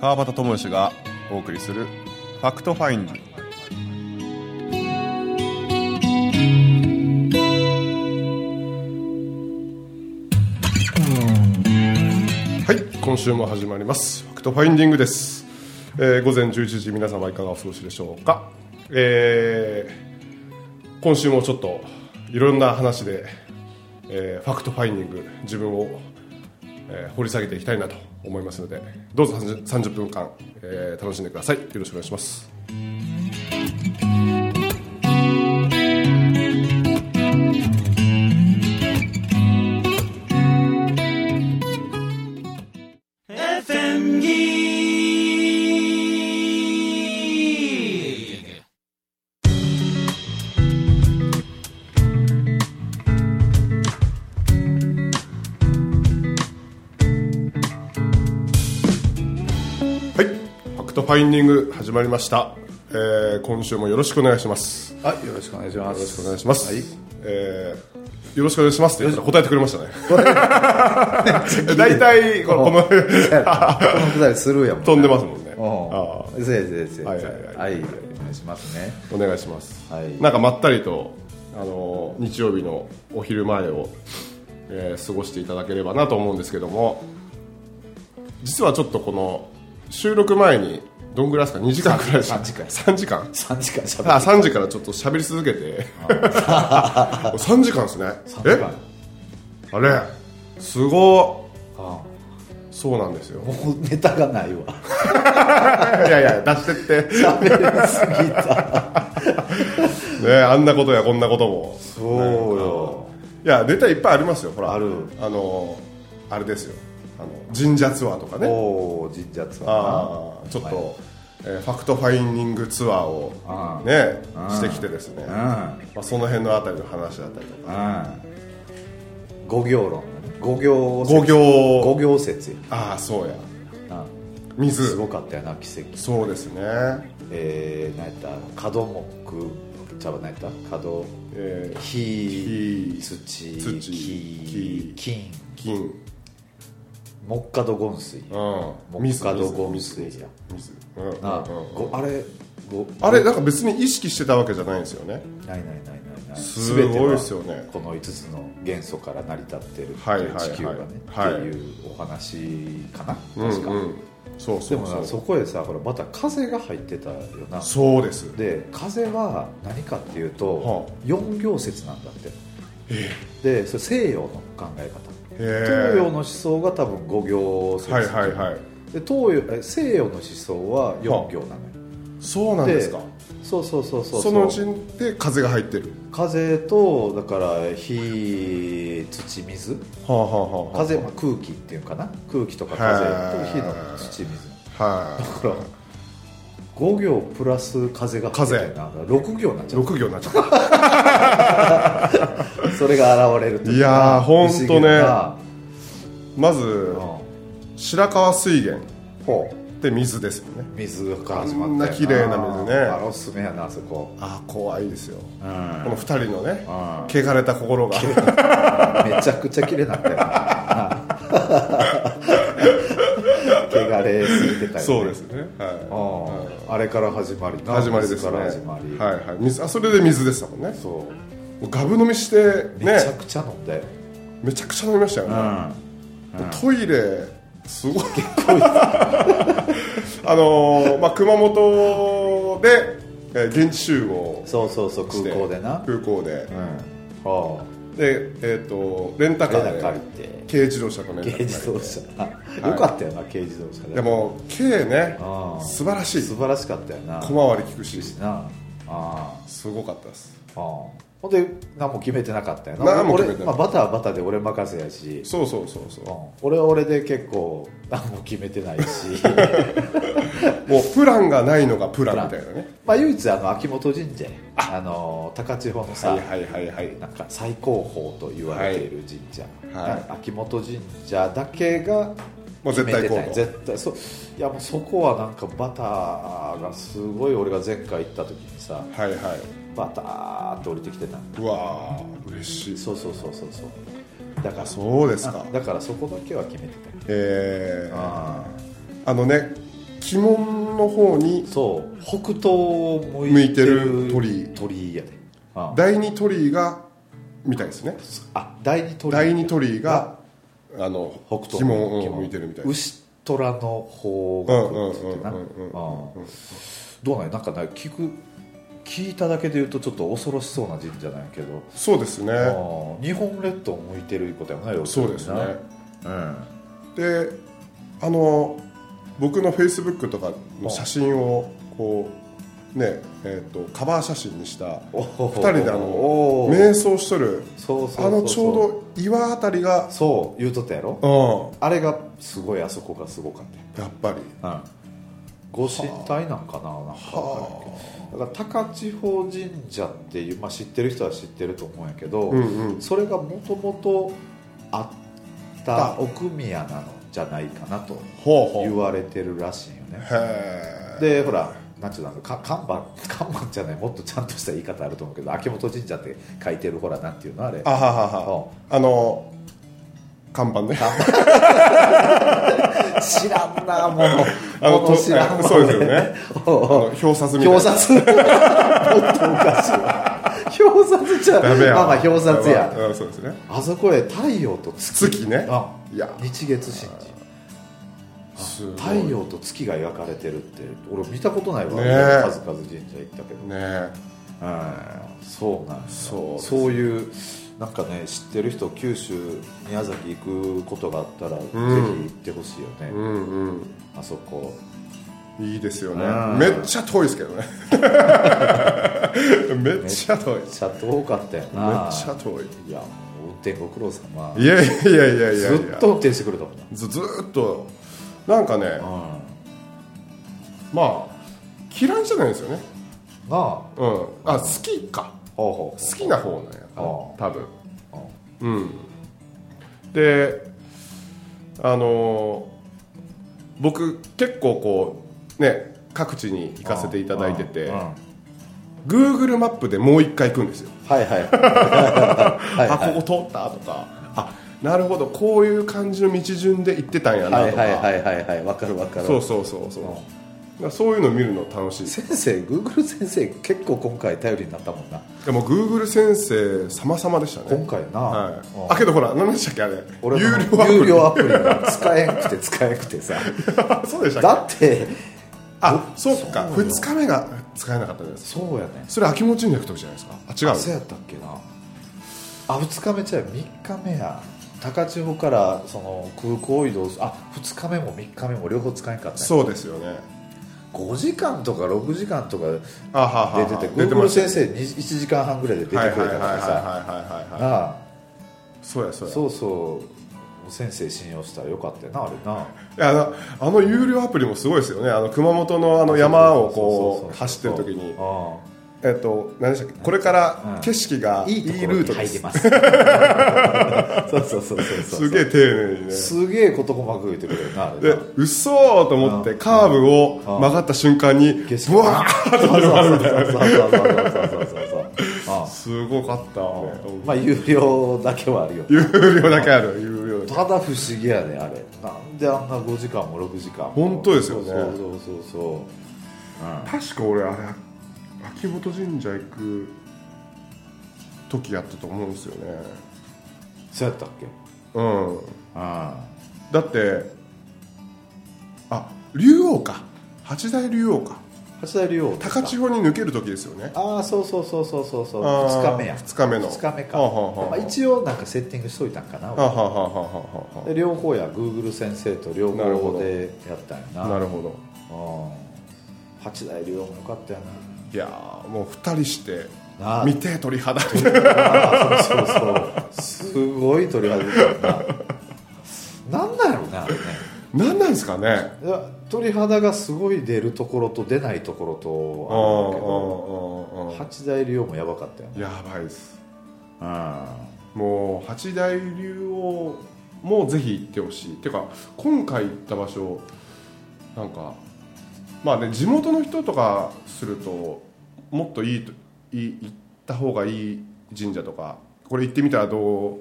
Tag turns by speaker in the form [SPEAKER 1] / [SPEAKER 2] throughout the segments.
[SPEAKER 1] 川端智義がお送りする「ファクトファインディ」はい今週も始まります「ファクトファインディング」です、えー午前11時皆様いかがお過ごしでしょうかえー今週もちょっといろんな話で、えーファクトファインディング自分をえー掘り下げていきたいなと思いますのでどうぞ 30, 30分間、えー楽しんでくださいよろしくお願いしますはいファクトファインディング始まりました、えー今週もよろしくお願いしますよ
[SPEAKER 2] はい、よろしくお願いします。よろ
[SPEAKER 1] ろしくお願いします、
[SPEAKER 2] はい
[SPEAKER 1] えーよろしくお願いしますって言ったら答えてくれましたね大体こ のこの
[SPEAKER 2] このくだりするやもん。
[SPEAKER 1] 飛んでますもんねあ
[SPEAKER 2] うん。そうやそうやそうや。
[SPEAKER 1] は
[SPEAKER 2] はいい
[SPEAKER 1] はいはい、
[SPEAKER 2] お願いしますね。
[SPEAKER 1] お願いします、
[SPEAKER 2] はい
[SPEAKER 1] なんかまったりとあの日曜日のお昼前を、えー過ごしていただければなと思うんですけども実はちょっとこの収録前にどんぐらいですか2時間くらい
[SPEAKER 2] 3時間
[SPEAKER 1] 3時間
[SPEAKER 2] 三時間しゃべ
[SPEAKER 1] あ3時からちょっと喋り続けて3時間ですね
[SPEAKER 2] る。
[SPEAKER 1] えあれすごいそうなんですよ
[SPEAKER 2] もうネタがないわ。
[SPEAKER 1] いやいや出してって
[SPEAKER 2] 喋りすぎた。
[SPEAKER 1] ねあんなことやこんなことも
[SPEAKER 2] そうよ。
[SPEAKER 1] いやネタいっぱいありますよほら
[SPEAKER 2] ある
[SPEAKER 1] あのあれですよあの神社ツアーとかね
[SPEAKER 2] おお、神社ツアー
[SPEAKER 1] あーちょっと、えーファクトファインディングツアーを
[SPEAKER 2] あー
[SPEAKER 1] ねしてきてですね、ま
[SPEAKER 2] な。
[SPEAKER 1] あ、その辺のあたりの話だったりとか
[SPEAKER 2] うん。うん。五行論。五行説。
[SPEAKER 1] 五行
[SPEAKER 2] 五行説や。
[SPEAKER 1] ああそうや
[SPEAKER 2] うんす
[SPEAKER 1] 水
[SPEAKER 2] ごかったよな、奇跡。
[SPEAKER 1] そうですね
[SPEAKER 2] えー、なんやった角木。ちゃうわ、なんやった角。
[SPEAKER 1] えー
[SPEAKER 2] 火
[SPEAKER 1] 火
[SPEAKER 2] 土
[SPEAKER 1] 土
[SPEAKER 2] 木
[SPEAKER 1] 木
[SPEAKER 2] 金
[SPEAKER 1] 金
[SPEAKER 2] 木下土権水
[SPEAKER 1] うん
[SPEAKER 2] 木下土権
[SPEAKER 1] 水
[SPEAKER 2] 水や
[SPEAKER 1] 水うんうん
[SPEAKER 2] なあ
[SPEAKER 1] うん
[SPEAKER 2] ごあれご
[SPEAKER 1] あれなんか別に意識してたわけじゃないんですよね
[SPEAKER 2] ないないないないない
[SPEAKER 1] すごい
[SPEAKER 2] 全ては
[SPEAKER 1] ですよね
[SPEAKER 2] この5つの元素から成り立ってる
[SPEAKER 1] はいはいはい
[SPEAKER 2] 地球がね
[SPEAKER 1] はい
[SPEAKER 2] っていうお話かな
[SPEAKER 1] うん
[SPEAKER 2] 確か
[SPEAKER 1] うんそう
[SPEAKER 2] で
[SPEAKER 1] そ
[SPEAKER 2] も
[SPEAKER 1] うそ
[SPEAKER 2] な
[SPEAKER 1] う
[SPEAKER 2] そこへさほらまた風が入ってたよな
[SPEAKER 1] そうです
[SPEAKER 2] で風は何かっていうと
[SPEAKER 1] はあ
[SPEAKER 2] 四行説なんだってでそれ西洋の考え方
[SPEAKER 1] へー
[SPEAKER 2] 東洋の思想が多分五行説
[SPEAKER 1] はいはいはい
[SPEAKER 2] で東洋え西洋の思想は4行なのよ
[SPEAKER 1] そうなんですか
[SPEAKER 2] そうそうそうそう
[SPEAKER 1] そのうちで風が入ってる
[SPEAKER 2] 風とだから火土水
[SPEAKER 1] はあはあはあ
[SPEAKER 2] 風、まあ、空気っていうかな空気とか
[SPEAKER 1] へ
[SPEAKER 2] 風
[SPEAKER 1] ー
[SPEAKER 2] と火の土水
[SPEAKER 1] は
[SPEAKER 2] ほら5行プラス風が入ってるな6行になっ
[SPEAKER 1] い
[SPEAKER 2] ちゃ
[SPEAKER 1] 六行になっちゃった
[SPEAKER 2] うそれが現れるとうか
[SPEAKER 1] いやーほんとね
[SPEAKER 2] 不思議な
[SPEAKER 1] まず
[SPEAKER 2] う
[SPEAKER 1] 白川水源
[SPEAKER 2] んほう
[SPEAKER 1] って水ですよね
[SPEAKER 2] 水から始まったよ
[SPEAKER 1] あんな綺麗な水ね
[SPEAKER 2] あれおすすめやなあそこ
[SPEAKER 1] ああ怖いですよ
[SPEAKER 2] うん
[SPEAKER 1] この二人のね
[SPEAKER 2] うん
[SPEAKER 1] 汚れた心が
[SPEAKER 2] めちゃくちゃ綺麗だったよな汚れすぎてたよね
[SPEAKER 1] そうですねは
[SPEAKER 2] あああれから始まり
[SPEAKER 1] い
[SPEAKER 2] な
[SPEAKER 1] 始まりですね
[SPEAKER 2] か
[SPEAKER 1] は
[SPEAKER 2] ら
[SPEAKER 1] い
[SPEAKER 2] 始まり、
[SPEAKER 1] はい水あそれで水でしたもんね
[SPEAKER 2] そう
[SPEAKER 1] もうガブ飲みして
[SPEAKER 2] めちゃ
[SPEAKER 1] ね
[SPEAKER 2] くちゃ飲んで、
[SPEAKER 1] めちゃくちゃ飲みましたよねトイレすごいあのーまあ、熊本で、えー現地集合
[SPEAKER 2] そうそうそう
[SPEAKER 1] して
[SPEAKER 2] 空港でな
[SPEAKER 1] 空港で
[SPEAKER 2] うんあ
[SPEAKER 1] で、えー、とレンタ
[SPEAKER 2] あ
[SPEAKER 1] カ
[SPEAKER 2] レナ借
[SPEAKER 1] ー
[SPEAKER 2] り
[SPEAKER 1] で
[SPEAKER 2] て
[SPEAKER 1] 軽自動車とレンタカー
[SPEAKER 2] 軽
[SPEAKER 1] で
[SPEAKER 2] 自動車よかったよな軽自動車で
[SPEAKER 1] でも軽ね
[SPEAKER 2] ああ
[SPEAKER 1] 素晴らしい
[SPEAKER 2] 素晴らしかったよな
[SPEAKER 1] 小回り利くし
[SPEAKER 2] しなああ
[SPEAKER 1] すごかったです
[SPEAKER 2] あほんで何も決めてなかったよな
[SPEAKER 1] 何も決めて
[SPEAKER 2] 俺、
[SPEAKER 1] な
[SPEAKER 2] ま
[SPEAKER 1] い
[SPEAKER 2] あ、バターはバターで俺任せやし
[SPEAKER 1] そうそうそうそう
[SPEAKER 2] うん俺は俺で結構何も決めてない し
[SPEAKER 1] もうプランがないのがプランみたいなね
[SPEAKER 2] まあ唯一あの秋元神社あの高千穂のさ、
[SPEAKER 1] はいはいはいはい
[SPEAKER 2] なんか最高峰と言われている神社、
[SPEAKER 1] はいはい
[SPEAKER 2] なんか秋元神社だけが
[SPEAKER 1] もう絶対行
[SPEAKER 2] 決めて
[SPEAKER 1] こ
[SPEAKER 2] な
[SPEAKER 1] う
[SPEAKER 2] い
[SPEAKER 1] と
[SPEAKER 2] 絶対そういやもうそこはなんかバターがすごい俺が前回行った時にさ
[SPEAKER 1] はいはい
[SPEAKER 2] バターって降りてきてたの
[SPEAKER 1] うわー嬉しい
[SPEAKER 2] そうそうそうそうそうだから
[SPEAKER 1] そうですか
[SPEAKER 2] だからそこだけは決めてたよ
[SPEAKER 1] えー、
[SPEAKER 2] あ
[SPEAKER 1] あのね鬼門の方に
[SPEAKER 2] そう北東を向
[SPEAKER 1] 向
[SPEAKER 2] い
[SPEAKER 1] い
[SPEAKER 2] て
[SPEAKER 1] て
[SPEAKER 2] る
[SPEAKER 1] る鳥居
[SPEAKER 2] 鳥居やであ
[SPEAKER 1] 第二鳥居がみたいですね
[SPEAKER 2] あ第二鳥居
[SPEAKER 1] 第二鳥居があの
[SPEAKER 2] 北東
[SPEAKER 1] 鬼門を向いてるみたいです
[SPEAKER 2] 牛虎の方
[SPEAKER 1] うん
[SPEAKER 2] 角
[SPEAKER 1] うん
[SPEAKER 2] って
[SPEAKER 1] う
[SPEAKER 2] 言
[SPEAKER 1] ん
[SPEAKER 2] って
[SPEAKER 1] う
[SPEAKER 2] なん
[SPEAKER 1] うん
[SPEAKER 2] ああどうなんやなんかね聞く聞いただけで言うとちょっと恐ろしそうな神社なんやけど、
[SPEAKER 1] そうですね
[SPEAKER 2] ああ日本列島を向いてるいうことやもんね要
[SPEAKER 1] そう
[SPEAKER 2] る
[SPEAKER 1] で
[SPEAKER 2] に
[SPEAKER 1] す
[SPEAKER 2] な
[SPEAKER 1] ね
[SPEAKER 2] うん
[SPEAKER 1] であの僕のフェイスブックとかの写真をこうねえー、とカバー写真にした
[SPEAKER 2] 2
[SPEAKER 1] 二人であの
[SPEAKER 2] 名
[SPEAKER 1] 瞑想しとる
[SPEAKER 2] そうそうそうそう
[SPEAKER 1] あのちょうど岩あたりが
[SPEAKER 2] そう言うとったやろ
[SPEAKER 1] うん
[SPEAKER 2] あれがすごいあそこがすごかったよ
[SPEAKER 1] やっぱり
[SPEAKER 2] うんご神体なんかななんかわからんけ
[SPEAKER 1] は
[SPEAKER 2] どだから高千穂神社っていう、まあ、知ってる人は知ってると思うんやけど、
[SPEAKER 1] あうんうん
[SPEAKER 2] それがもともとあった奥宮なのじゃないかなと
[SPEAKER 1] ほうほう
[SPEAKER 2] 言われてるらしいよね
[SPEAKER 1] へえ
[SPEAKER 2] でほらなんちゅうのか看板看板じゃないもっとちゃんとした言い方あると思うけど秋元神社って書いてるほらなんていうのあれ
[SPEAKER 1] あはははあの看板ね
[SPEAKER 2] 知らんな もう
[SPEAKER 1] あの
[SPEAKER 2] もう知らんわ
[SPEAKER 1] とそうですよね あの
[SPEAKER 2] おう
[SPEAKER 1] 表札みたい
[SPEAKER 2] 表
[SPEAKER 1] な
[SPEAKER 2] 札もっとおかしいわ表札じゃ
[SPEAKER 1] ダメや
[SPEAKER 2] まあ
[SPEAKER 1] わ
[SPEAKER 2] まあ表札や
[SPEAKER 1] うんそうですね
[SPEAKER 2] あそこへ太陽と月
[SPEAKER 1] 月ね
[SPEAKER 2] あ
[SPEAKER 1] いや
[SPEAKER 2] 日月神事
[SPEAKER 1] すごい
[SPEAKER 2] 太陽と月が描かれてるって俺見たことないわ、
[SPEAKER 1] ねえ
[SPEAKER 2] 数々神社行ったけど、
[SPEAKER 1] ね
[SPEAKER 2] うんそうなんです
[SPEAKER 1] そうです
[SPEAKER 2] そういうなんかね知ってる人九州宮崎行くことがあったら、
[SPEAKER 1] ん
[SPEAKER 2] ぜひ行ってほしいよね、
[SPEAKER 1] うんうん
[SPEAKER 2] あそこ
[SPEAKER 1] いいですよね
[SPEAKER 2] うん
[SPEAKER 1] めっちゃ遠いですけど ねめっちゃ遠いめっ
[SPEAKER 2] めっちゃ遠かったよな
[SPEAKER 1] ちゃ遠い
[SPEAKER 2] いやもう運転ご苦労様
[SPEAKER 1] いやいやいやいやいや
[SPEAKER 2] ずっと運転してくれたもんな
[SPEAKER 1] ずずーっとなんかね
[SPEAKER 2] うん
[SPEAKER 1] まあ嫌いじゃないんですよね
[SPEAKER 2] なあ
[SPEAKER 1] うんあ好きか
[SPEAKER 2] ほうほうほう
[SPEAKER 1] 好きな方なんやな
[SPEAKER 2] ああ
[SPEAKER 1] 多分
[SPEAKER 2] あ
[SPEAKER 1] うんであのー僕結構こうね各地に行かせていただいてて
[SPEAKER 2] うんうん
[SPEAKER 1] Google マップでもう一回行くんですよ
[SPEAKER 2] はいはいはい
[SPEAKER 1] あここ通ったとかあなるほどこういう感じの道順で行ってたんや
[SPEAKER 2] は
[SPEAKER 1] ないと
[SPEAKER 2] はいは
[SPEAKER 1] か
[SPEAKER 2] いはいはいわかるわかる
[SPEAKER 1] そうそうそうそうだからそういうの見るの楽しい
[SPEAKER 2] 先生グーグル先生結構今回頼りになったもんな
[SPEAKER 1] でも Google 先生様々でした
[SPEAKER 2] 今
[SPEAKER 1] ね
[SPEAKER 2] 回な、
[SPEAKER 1] はい、
[SPEAKER 2] あ
[SPEAKER 1] あけどほら何でしたっけあれ
[SPEAKER 2] 俺
[SPEAKER 1] 有
[SPEAKER 2] の
[SPEAKER 1] 料アプリ
[SPEAKER 2] 有料アプリが使えんくて使えんくて さ
[SPEAKER 1] そうでしたっけ
[SPEAKER 2] だって
[SPEAKER 1] あそうか
[SPEAKER 2] そうよ
[SPEAKER 1] 2日目が使えなかったじゃないですか
[SPEAKER 2] そうやね
[SPEAKER 1] それ秋元神社行く時じゃないですかあ違
[SPEAKER 2] そう
[SPEAKER 1] う
[SPEAKER 2] やったっけなあ2日目じゃう3日目や高千穂からその空港を移動すあ2日目も3日目も両方使えんかったね
[SPEAKER 1] そうですよね
[SPEAKER 2] 5時間とか6時間とか
[SPEAKER 1] あはは
[SPEAKER 2] 出ててグ
[SPEAKER 1] 出
[SPEAKER 2] ー
[SPEAKER 1] て
[SPEAKER 2] グ
[SPEAKER 1] ま
[SPEAKER 2] ル
[SPEAKER 1] したね
[SPEAKER 2] 先生に1時間半ぐらいで出てく
[SPEAKER 1] はい
[SPEAKER 2] れ
[SPEAKER 1] は
[SPEAKER 2] た
[SPEAKER 1] いはい
[SPEAKER 2] か
[SPEAKER 1] はい
[SPEAKER 2] らさ
[SPEAKER 1] はいはいは
[SPEAKER 2] なあ
[SPEAKER 1] いそうやそうや
[SPEAKER 2] そうそう先生信用したらよかったよなあれない
[SPEAKER 1] やあのあの有料アプリもすごいですよねあの熊本のあの山をこう走ってる時に
[SPEAKER 2] あ
[SPEAKER 1] えっと何でしたっけこれから景色が
[SPEAKER 2] あ
[SPEAKER 1] いいルート
[SPEAKER 2] 入
[SPEAKER 1] で
[SPEAKER 2] っ
[SPEAKER 1] す
[SPEAKER 2] てますそ うそうそうそうそ
[SPEAKER 1] す
[SPEAKER 2] う
[SPEAKER 1] げえ丁寧にね
[SPEAKER 2] すげえ事細かく言ってくれるなあれ
[SPEAKER 1] で
[SPEAKER 2] な
[SPEAKER 1] 嘘ーと思ってカーブを曲がった瞬間に
[SPEAKER 2] 景色
[SPEAKER 1] ブワー
[SPEAKER 2] そうそうそう そうそうそうそうそうそうあ
[SPEAKER 1] すごかったね
[SPEAKER 2] あまあ有料だけはあるよ
[SPEAKER 1] 有料だけある有料だけ
[SPEAKER 2] ただ不思議やねあれなんであんな5時間も6時間も
[SPEAKER 1] 本当ですよね
[SPEAKER 2] そうそうそうそううん
[SPEAKER 1] 確か俺あれ秋元神社行く時やったと思うんですよね
[SPEAKER 2] そうやったっけ
[SPEAKER 1] うん
[SPEAKER 2] うん
[SPEAKER 1] だってあ竜王か八大竜王か
[SPEAKER 2] 八大竜王ですか
[SPEAKER 1] 高千穂に抜ける時ですよね
[SPEAKER 2] ああそうそうそうそうそうそう
[SPEAKER 1] あー
[SPEAKER 2] 2日目や
[SPEAKER 1] 二日目の
[SPEAKER 2] 2日目か
[SPEAKER 1] はあはあはあ
[SPEAKER 2] まあ一応なんかセッティングしといたんか
[SPEAKER 1] はあは
[SPEAKER 2] な
[SPEAKER 1] あはあはあは
[SPEAKER 2] で両方や Google 先生と両
[SPEAKER 1] なるほ
[SPEAKER 2] 方
[SPEAKER 1] ど
[SPEAKER 2] でやったんや
[SPEAKER 1] あ
[SPEAKER 2] な
[SPEAKER 1] はあなるほど
[SPEAKER 2] うん八大竜王もよか ったよ
[SPEAKER 1] いやーもう二人して
[SPEAKER 2] ななあ
[SPEAKER 1] 見て鳥肌
[SPEAKER 2] あーそうそうそうすごい鳥肌出たよななんなんやろうねあれね
[SPEAKER 1] 何なんですかね
[SPEAKER 2] いや鳥肌がすごい出るところと出ないところ
[SPEAKER 1] う
[SPEAKER 2] とあるん
[SPEAKER 1] んうんうん
[SPEAKER 2] だけど八大竜王もやばかったよね
[SPEAKER 1] うんやばいです
[SPEAKER 2] うん
[SPEAKER 1] もう八大竜王もぜひ行ってほしいてか今回行った場所なんかまあね地元の人とかするともっといいといい行った方がいい神社とかこれ行ってみたらどう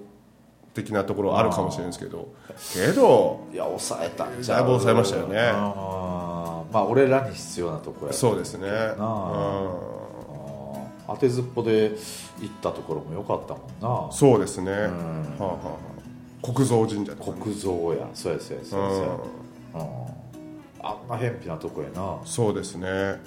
[SPEAKER 1] 的なところあるかもしれないですけどけど
[SPEAKER 2] いや抑えたん
[SPEAKER 1] だいぶ抑えましたよね
[SPEAKER 2] あーまあ俺らに必要なとこや
[SPEAKER 1] そうですねうん
[SPEAKER 2] あー当てずっぽで行ったところも良かったもんな
[SPEAKER 1] そうですね、
[SPEAKER 2] う
[SPEAKER 1] は
[SPEAKER 2] ん
[SPEAKER 1] あはあはあ、国蔵神社とかね、
[SPEAKER 2] 国蔵やそうやそうやそうやそうや
[SPEAKER 1] うん
[SPEAKER 2] うんあんな偏僻なとこやな
[SPEAKER 1] そうですね
[SPEAKER 2] うん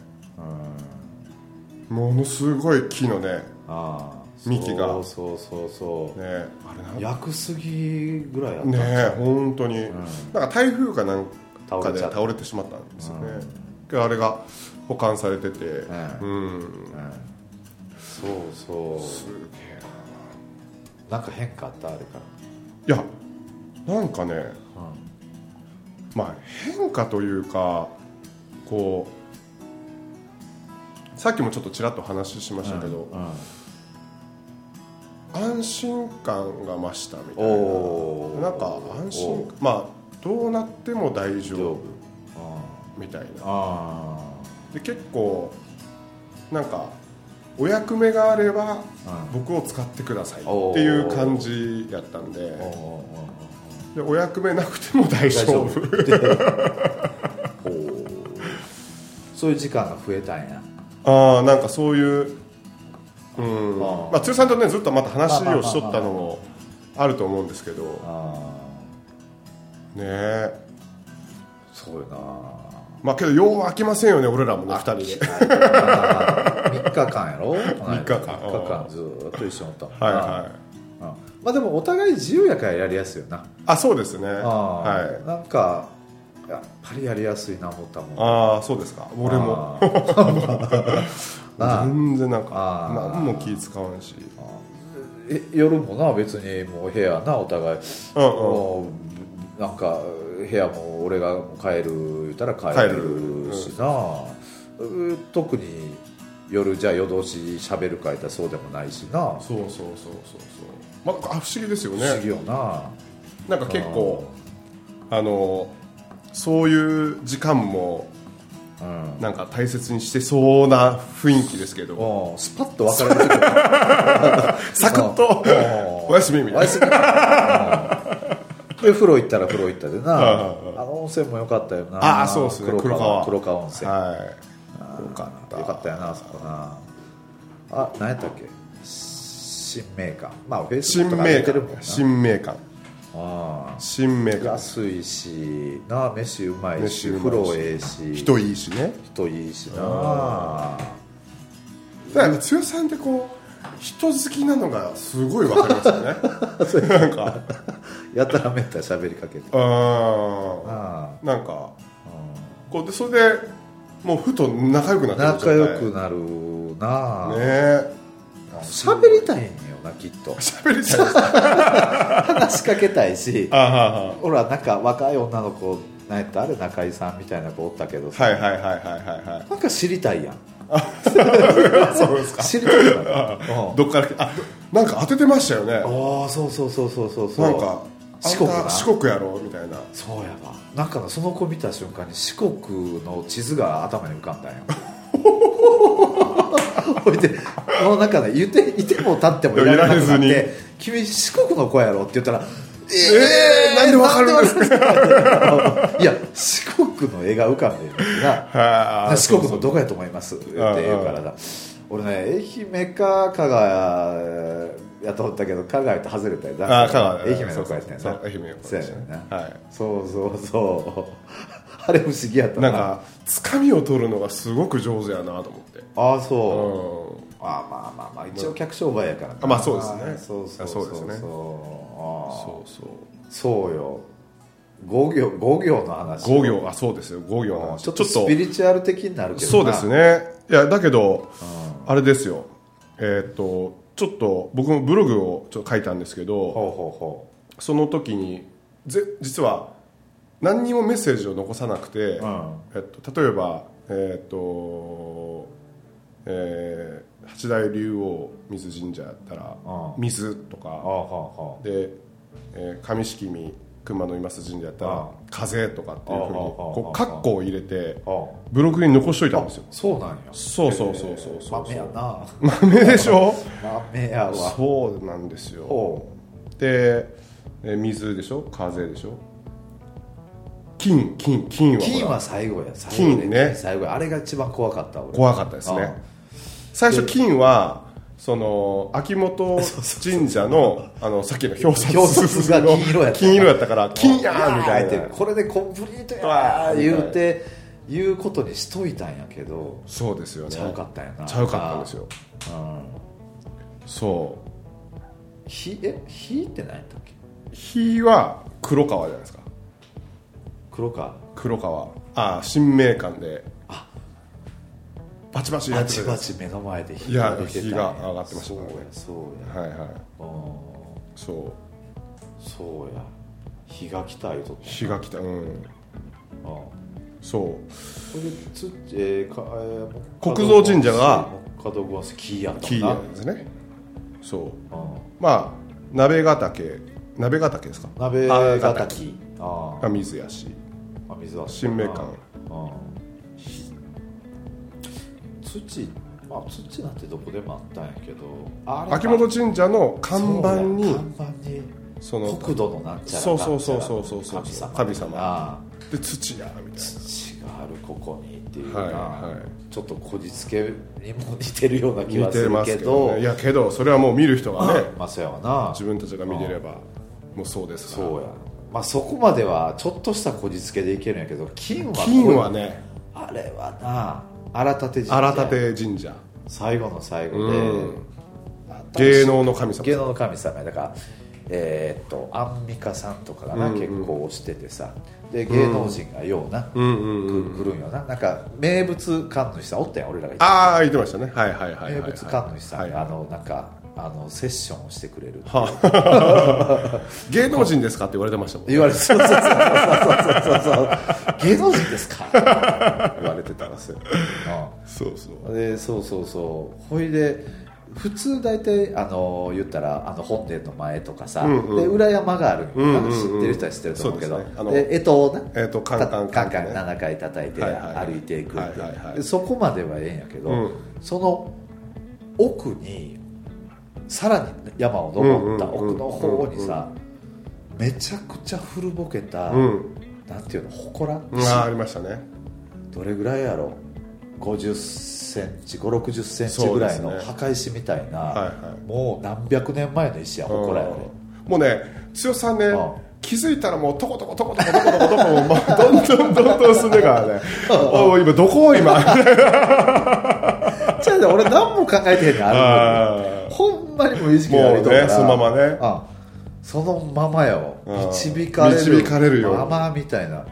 [SPEAKER 1] ものすごい木のね
[SPEAKER 2] ああ
[SPEAKER 1] 幹が
[SPEAKER 2] そうそうそうそう、
[SPEAKER 1] ねあれなん
[SPEAKER 2] 屋久杉ぐらいあったんちゃ
[SPEAKER 1] ね
[SPEAKER 2] う
[SPEAKER 1] 本当に、
[SPEAKER 2] うん
[SPEAKER 1] なんか台風かなん
[SPEAKER 2] 倒
[SPEAKER 1] か
[SPEAKER 2] れ
[SPEAKER 1] で
[SPEAKER 2] ちゃった
[SPEAKER 1] 倒れてしまったんですよね、けどあれが保管されててうん、
[SPEAKER 2] うんそうそ
[SPEAKER 1] す
[SPEAKER 2] う
[SPEAKER 1] げえ
[SPEAKER 2] なんか変化あったあれか
[SPEAKER 1] いやなんかね
[SPEAKER 2] ら、うん
[SPEAKER 1] まあ変化というかこうさっきもちょっとちらっと話しましたけど、
[SPEAKER 2] うんうん
[SPEAKER 1] 安心感が増したみたい
[SPEAKER 2] おー
[SPEAKER 1] ななんか安心
[SPEAKER 2] おー
[SPEAKER 1] まあどうなっても大
[SPEAKER 2] 大
[SPEAKER 1] 丈
[SPEAKER 2] 丈夫
[SPEAKER 1] 夫みたいな
[SPEAKER 2] あ
[SPEAKER 1] で結構なんかお役目があれば
[SPEAKER 2] あうん
[SPEAKER 1] 僕を使ってくださいっていう感じやったんで
[SPEAKER 2] おーおーおー
[SPEAKER 1] でお役目なくても大
[SPEAKER 2] 大丈
[SPEAKER 1] 丈
[SPEAKER 2] 夫
[SPEAKER 1] 夫
[SPEAKER 2] おーそういう時間が増えたんや
[SPEAKER 1] ああなんかそういううん
[SPEAKER 2] あー
[SPEAKER 1] まあ通算とねずっとまた話
[SPEAKER 2] まあま
[SPEAKER 1] を
[SPEAKER 2] あまあまあ
[SPEAKER 1] しとったのもあると思うんですけどね
[SPEAKER 2] あ
[SPEAKER 1] え
[SPEAKER 2] あそうよな
[SPEAKER 1] まあけどよう飽きませんよね俺らもね2人で
[SPEAKER 2] 3日間やろ3
[SPEAKER 1] 日間
[SPEAKER 2] 日間ずーっと一緒におったもんな
[SPEAKER 1] はいはい。
[SPEAKER 2] うんまあでもお互い自由やからやりやすいよな
[SPEAKER 1] あ、そうですね。
[SPEAKER 2] あ
[SPEAKER 1] は
[SPEAKER 2] ー
[SPEAKER 1] い。
[SPEAKER 2] なんかやっぱりやりやすいな思ったもん
[SPEAKER 1] ああ、そうですか。俺も。
[SPEAKER 2] あーなあ
[SPEAKER 1] 全然なんか、
[SPEAKER 2] あー
[SPEAKER 1] 何も気使わんし。
[SPEAKER 2] え夜もな別にもう部屋なお互
[SPEAKER 1] う
[SPEAKER 2] い
[SPEAKER 1] んうん。
[SPEAKER 2] もうなんか部屋も俺が帰る言ったら帰れるしな、う特に夜じゃあ夜通し喋るかいたらそうでもないしな、
[SPEAKER 1] そうそうそうそうそう。まあ、あ不思議ですよ
[SPEAKER 2] 不思
[SPEAKER 1] ね。
[SPEAKER 2] 議よな
[SPEAKER 1] なんか結構、あの、そういう時間も、
[SPEAKER 2] うん
[SPEAKER 1] なんか大切にしてそうな雰囲気ですけど、
[SPEAKER 2] うんスパッと別れる時も
[SPEAKER 1] サクッと、
[SPEAKER 2] うん
[SPEAKER 1] おやすみみたい
[SPEAKER 2] おやすみうんで風呂行ったら風呂行ったでな
[SPEAKER 1] はい
[SPEAKER 2] あ
[SPEAKER 1] はい
[SPEAKER 2] の温泉も良かったよな
[SPEAKER 1] ああそうっすね
[SPEAKER 2] 黒川
[SPEAKER 1] 黒川
[SPEAKER 2] 黒川温泉
[SPEAKER 1] な。
[SPEAKER 2] 良
[SPEAKER 1] はい。よかった。
[SPEAKER 2] かったよなあそこなあ何やったっけ新名館まあフェイス
[SPEAKER 1] 新
[SPEAKER 2] ブックと
[SPEAKER 1] 名
[SPEAKER 2] か上げてるもん
[SPEAKER 1] 館
[SPEAKER 2] な。
[SPEAKER 1] 新名館。
[SPEAKER 2] あ
[SPEAKER 1] 新名
[SPEAKER 2] あ
[SPEAKER 1] 館。
[SPEAKER 2] 安いしな飯うまいし
[SPEAKER 1] 飯うまいし
[SPEAKER 2] 風呂ええし
[SPEAKER 1] 人いいしね。
[SPEAKER 2] 人いいしな
[SPEAKER 1] だから剛さんってこう人好きなのがすごいわかりますよね なんか
[SPEAKER 2] やたらめったら喋りかけて
[SPEAKER 1] あ
[SPEAKER 2] あ
[SPEAKER 1] ーなんか
[SPEAKER 2] あうん
[SPEAKER 1] こうでそれでもうふと仲良くなって
[SPEAKER 2] 仲
[SPEAKER 1] る
[SPEAKER 2] 良くなるな
[SPEAKER 1] ねえ
[SPEAKER 2] 喋りたいんよなきっと
[SPEAKER 1] 喋りたい ですか
[SPEAKER 2] 話しかけたいし
[SPEAKER 1] あは
[SPEAKER 2] ほらなんか若い女の子なんやったあれ中居さんみたいな子おったけどさ、
[SPEAKER 1] はいはいはいはいはいはい
[SPEAKER 2] なんか知りたいやん
[SPEAKER 1] そうですか
[SPEAKER 2] 知りた いから
[SPEAKER 1] どっから来あなんか当ててましたよね
[SPEAKER 2] ああそうそうそうそうそうそ
[SPEAKER 1] な
[SPEAKER 2] う
[SPEAKER 1] んか
[SPEAKER 2] 四国
[SPEAKER 1] あん
[SPEAKER 2] な
[SPEAKER 1] た四国やろみたいな
[SPEAKER 2] そうやわなんかなその子見た瞬間に四国の地図が頭に浮かんだんよ ほいでもうなんかね言っていても立ってもいられなくなっ
[SPEAKER 1] いられ
[SPEAKER 2] て「君四国の子やろ?」って言ったら「え
[SPEAKER 1] えーなんでわかるんです
[SPEAKER 2] か?」いや四国の絵が浮かんでるんだ
[SPEAKER 1] は
[SPEAKER 2] な
[SPEAKER 1] あ
[SPEAKER 2] 四国のどこやと思いますって言うからな俺ね愛媛か香川やと思ったけど香川と外れたよな
[SPEAKER 1] あ香川
[SPEAKER 2] 愛媛の子やったよ
[SPEAKER 1] そ
[SPEAKER 2] な
[SPEAKER 1] う愛媛の子
[SPEAKER 2] そう
[SPEAKER 1] で
[SPEAKER 2] や
[SPEAKER 1] した
[SPEAKER 2] ねん
[SPEAKER 1] ね
[SPEAKER 2] な
[SPEAKER 1] はい
[SPEAKER 2] そうそうそう あれ不思議やった
[SPEAKER 1] なんかつかみを取るのがすごく上手やなと思って
[SPEAKER 2] ああそ
[SPEAKER 1] う
[SPEAKER 2] う、
[SPEAKER 1] ん
[SPEAKER 2] ああまあまあまあ一応客商売やから
[SPEAKER 1] あ
[SPEAKER 2] な
[SPEAKER 1] まあそうですね
[SPEAKER 2] ああそうそうそう
[SPEAKER 1] あそうですね
[SPEAKER 2] そうああ
[SPEAKER 1] そうそう
[SPEAKER 2] そうよ五行五行の話
[SPEAKER 1] 五行あそうですよ五行
[SPEAKER 2] う
[SPEAKER 1] の
[SPEAKER 2] んちょっとスピリチュアル的になるけどな
[SPEAKER 1] そうですねいやだけどあれですよえーっとちょっと僕もブログをちょっと書いたんですけど
[SPEAKER 2] ほうほうほ
[SPEAKER 1] その時にぜ実は何にもメッセージを残さなくて、
[SPEAKER 2] ううん
[SPEAKER 1] えっと、例えばえーっと、えー八大竜王水神社やったら
[SPEAKER 2] う
[SPEAKER 1] 水と
[SPEAKER 2] ああ
[SPEAKER 1] か
[SPEAKER 2] は
[SPEAKER 1] で、えー上式見熊野今須神社やった
[SPEAKER 2] あ
[SPEAKER 1] ら風とかっていうふうに
[SPEAKER 2] ああああ
[SPEAKER 1] こ
[SPEAKER 2] ああ
[SPEAKER 1] うカッコを入れて
[SPEAKER 2] あは
[SPEAKER 1] ブログに残しとい
[SPEAKER 2] あ
[SPEAKER 1] たんですよ
[SPEAKER 2] あそうなんや
[SPEAKER 1] そうそうそうそうそう
[SPEAKER 2] 豆やな
[SPEAKER 1] 豆でしょ
[SPEAKER 2] 豆やわ
[SPEAKER 1] そうなんですよ
[SPEAKER 2] ほう
[SPEAKER 1] でえ水でしょ風でしょ金金金はほら
[SPEAKER 2] 金は最後や最後
[SPEAKER 1] 金ね
[SPEAKER 2] 最後やあれが一番怖かった俺
[SPEAKER 1] 怖かったですね最初金はその秋 元神社のあのさっきの表
[SPEAKER 2] 表
[SPEAKER 1] 札
[SPEAKER 2] 札が
[SPEAKER 1] の
[SPEAKER 2] 金色やった
[SPEAKER 1] 金色やったから金やーみたい
[SPEAKER 2] わーっ
[SPEAKER 1] な
[SPEAKER 2] てこれでコンプリートや
[SPEAKER 1] わー
[SPEAKER 2] ー
[SPEAKER 1] みたいな
[SPEAKER 2] 言うて言うことにしといたんやけど
[SPEAKER 1] そうですよね
[SPEAKER 2] ちゃうかったんやな
[SPEAKER 1] ちゃうかったんですよそ
[SPEAKER 2] ひえひって何やったっけ
[SPEAKER 1] う火は黒川じゃないですか
[SPEAKER 2] 黒か
[SPEAKER 1] 黒川ああ新名館でバチバチや
[SPEAKER 2] バ
[SPEAKER 1] って
[SPEAKER 2] チ
[SPEAKER 1] たや
[SPEAKER 2] バ
[SPEAKER 1] つ
[SPEAKER 2] チ目の前で火
[SPEAKER 1] いや
[SPEAKER 2] が出てたん
[SPEAKER 1] 火が上がってました
[SPEAKER 2] そ
[SPEAKER 1] か
[SPEAKER 2] う
[SPEAKER 1] らね
[SPEAKER 2] やそうや
[SPEAKER 1] はいはい
[SPEAKER 2] うん
[SPEAKER 1] そう
[SPEAKER 2] そうや火が来た言うとった
[SPEAKER 1] 火が来たうん
[SPEAKER 2] うん
[SPEAKER 1] そう
[SPEAKER 2] これでつえーかえー
[SPEAKER 1] 国蔵神社が
[SPEAKER 2] 木道五木やった
[SPEAKER 1] 木
[SPEAKER 2] な
[SPEAKER 1] なんですねそう
[SPEAKER 2] う
[SPEAKER 1] まあ鍋ヶ岳鍋ヶ岳ですか
[SPEAKER 2] ん鍋
[SPEAKER 1] あ
[SPEAKER 2] ヶ滝あ
[SPEAKER 1] が水やし
[SPEAKER 2] あ水は
[SPEAKER 1] 神明館
[SPEAKER 2] うん土まあ土なんてどこでもあったんやけどあれか
[SPEAKER 1] 秋元神社の看板
[SPEAKER 2] そう
[SPEAKER 1] に
[SPEAKER 2] や看板に
[SPEAKER 1] その
[SPEAKER 2] 国土のなんちゃら
[SPEAKER 1] そうそうそうそうそうそう
[SPEAKER 2] 神様
[SPEAKER 1] 神様
[SPEAKER 2] ああ
[SPEAKER 1] で土やみたい
[SPEAKER 2] 土があるここにっていうな、
[SPEAKER 1] はいは
[SPEAKER 2] ちょっとこじつけにも似てるような気
[SPEAKER 1] な
[SPEAKER 2] は
[SPEAKER 1] 似
[SPEAKER 2] す
[SPEAKER 1] て
[SPEAKER 2] る
[SPEAKER 1] ます
[SPEAKER 2] け
[SPEAKER 1] けど
[SPEAKER 2] ど
[SPEAKER 1] ねいやけどそれはもう見る人がね
[SPEAKER 2] まあそうやわな
[SPEAKER 1] 自分たちが見れればもうそうですから
[SPEAKER 2] そうやまあそこまではちょっとしたこじつけでいけるんやけど金は
[SPEAKER 1] 金はね
[SPEAKER 2] あれはな荒立神社
[SPEAKER 1] 荒立神社
[SPEAKER 2] 最後の最後で、
[SPEAKER 1] うん芸能の神様
[SPEAKER 2] 芸能の神様やだからえーっとアンミカさんとかがな、
[SPEAKER 1] うんうん
[SPEAKER 2] 結婚しててさで芸能人がような、
[SPEAKER 1] うんうんうん
[SPEAKER 2] く来るんよななんか名物神主さんおったやん俺らが行った
[SPEAKER 1] ああ言ってましたねはいはいはいはい
[SPEAKER 2] 名
[SPEAKER 1] はい
[SPEAKER 2] 物神主さんがあ
[SPEAKER 1] はい
[SPEAKER 2] のなんかあのセッションをしてくれる
[SPEAKER 1] 芸能人ですかって言われてましたもん
[SPEAKER 2] 言われてそうそうそうそうそうそうそう芸能人です か言われてたらすよ、
[SPEAKER 1] そうそう
[SPEAKER 2] うん、でそうそうそうほいで普通大体あの言ったらあの本殿の前とかさ、
[SPEAKER 1] んうん
[SPEAKER 2] で裏山がある、
[SPEAKER 1] うんうんうん
[SPEAKER 2] あの知ってる人は知ってると思うけど
[SPEAKER 1] そうですねあの
[SPEAKER 2] で干支をな
[SPEAKER 1] えっとカンカン
[SPEAKER 2] カン
[SPEAKER 1] カ
[SPEAKER 2] カ
[SPEAKER 1] ン
[SPEAKER 2] ン
[SPEAKER 1] ね
[SPEAKER 2] 7回叩いて
[SPEAKER 1] はいはいはい
[SPEAKER 2] 歩いていくって
[SPEAKER 1] はいはいはい
[SPEAKER 2] でそこまではええんやけど、
[SPEAKER 1] うん
[SPEAKER 2] その奥にさらに山を登った奥の方にさめちゃくちゃ古ぼけた、
[SPEAKER 1] うん
[SPEAKER 2] なんていうの祠
[SPEAKER 1] うんああありましたね
[SPEAKER 2] どれぐらいやろ50センチ5 6 0センチぐらい
[SPEAKER 1] そ
[SPEAKER 2] の
[SPEAKER 1] うですね
[SPEAKER 2] 墓石みたいな、
[SPEAKER 1] はいはい
[SPEAKER 2] もう何百年前の石や
[SPEAKER 1] うん
[SPEAKER 2] 祠やね、
[SPEAKER 1] もうね剛さんね
[SPEAKER 2] うん
[SPEAKER 1] 気づいたらもうとことことことことことこともうまあどんどんどんどん進んでからねおお今どこ今
[SPEAKER 2] じゃあ俺何も考えてへんねんあ
[SPEAKER 1] あ
[SPEAKER 2] れ
[SPEAKER 1] ー
[SPEAKER 2] ほんまに無意識で歩いと
[SPEAKER 1] もう
[SPEAKER 2] った
[SPEAKER 1] ねそのままね
[SPEAKER 2] あそのままよ
[SPEAKER 1] うん
[SPEAKER 2] 導かれる
[SPEAKER 1] 導かれるよ
[SPEAKER 2] ままみたいな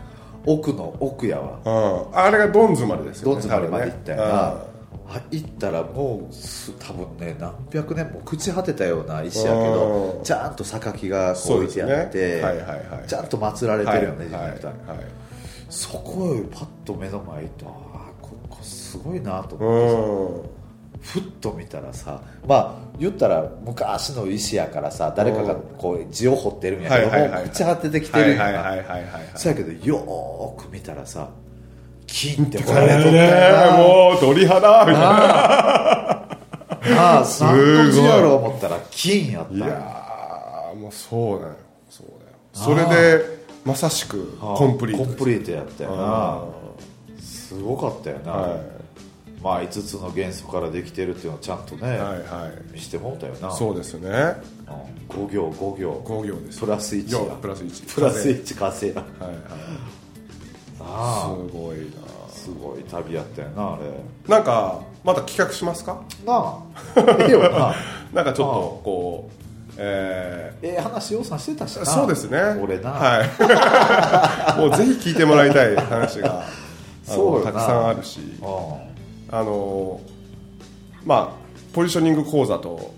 [SPEAKER 2] 奥の奥やわ
[SPEAKER 1] うんあれがドン詰まりですよ
[SPEAKER 2] ど
[SPEAKER 1] ね
[SPEAKER 2] ん詰まりまで行ったよな、
[SPEAKER 1] 多分ね
[SPEAKER 2] あ行ったらもうす多分ね何百年も朽ち果てたような石やけ
[SPEAKER 1] う
[SPEAKER 2] ど
[SPEAKER 1] ん
[SPEAKER 2] ちゃんと榊が
[SPEAKER 1] うん
[SPEAKER 2] こ
[SPEAKER 1] そうう
[SPEAKER 2] 置
[SPEAKER 1] です
[SPEAKER 2] いて
[SPEAKER 1] ね
[SPEAKER 2] あって、
[SPEAKER 1] はいはいはい
[SPEAKER 2] ちゃんと祀られてるよね、
[SPEAKER 1] はい
[SPEAKER 2] 自分の人
[SPEAKER 1] はいはい
[SPEAKER 2] そこへパッと目の前に行ったあーここすごいなと
[SPEAKER 1] う
[SPEAKER 2] 思ってさ
[SPEAKER 1] ん
[SPEAKER 2] ふっと見たらさまあ言ったら昔の石やからさ誰かがこう字を掘ってるんやけど、
[SPEAKER 1] はいはいはい
[SPEAKER 2] もう朽ち果ててきて
[SPEAKER 1] は
[SPEAKER 2] るん
[SPEAKER 1] い
[SPEAKER 2] やな、
[SPEAKER 1] はいはいはいはい
[SPEAKER 2] そやけどよーく見たらさ金って書かれとったよ
[SPEAKER 1] ね
[SPEAKER 2] な
[SPEAKER 1] もう鳥肌みたいな
[SPEAKER 2] ああ、
[SPEAKER 1] ごい
[SPEAKER 2] 三の字やろ思ったら金やった
[SPEAKER 1] い
[SPEAKER 2] よ
[SPEAKER 1] やーもうそうだよそうだよそれでまさしく
[SPEAKER 2] ああ
[SPEAKER 1] コンプリート
[SPEAKER 2] コンプリートやったよなすごかったよな、
[SPEAKER 1] はい
[SPEAKER 2] まあ5つの元素からできてるっていうのをちゃんとね、
[SPEAKER 1] はいはい
[SPEAKER 2] 見してもうたよな
[SPEAKER 1] そうですよね
[SPEAKER 2] うん5行5行
[SPEAKER 1] 5行です
[SPEAKER 2] プラス1や
[SPEAKER 1] プラス1
[SPEAKER 2] プラス1稼いだ
[SPEAKER 1] はいはい
[SPEAKER 2] あ
[SPEAKER 1] すごい
[SPEAKER 2] あすごい旅やったよなあれ
[SPEAKER 1] ななんかまた企画しますか
[SPEAKER 2] なあええよな
[SPEAKER 1] なんかちょっとこうえ
[SPEAKER 2] ええ話をさしてたし
[SPEAKER 1] ー
[SPEAKER 2] な
[SPEAKER 1] そうですね
[SPEAKER 2] 俺な、
[SPEAKER 1] はいもうぜひ聞い てもらいたい話があの
[SPEAKER 2] そうよ
[SPEAKER 1] た
[SPEAKER 2] な
[SPEAKER 1] くさんあるし
[SPEAKER 2] う
[SPEAKER 1] あのまあポジショニング講座と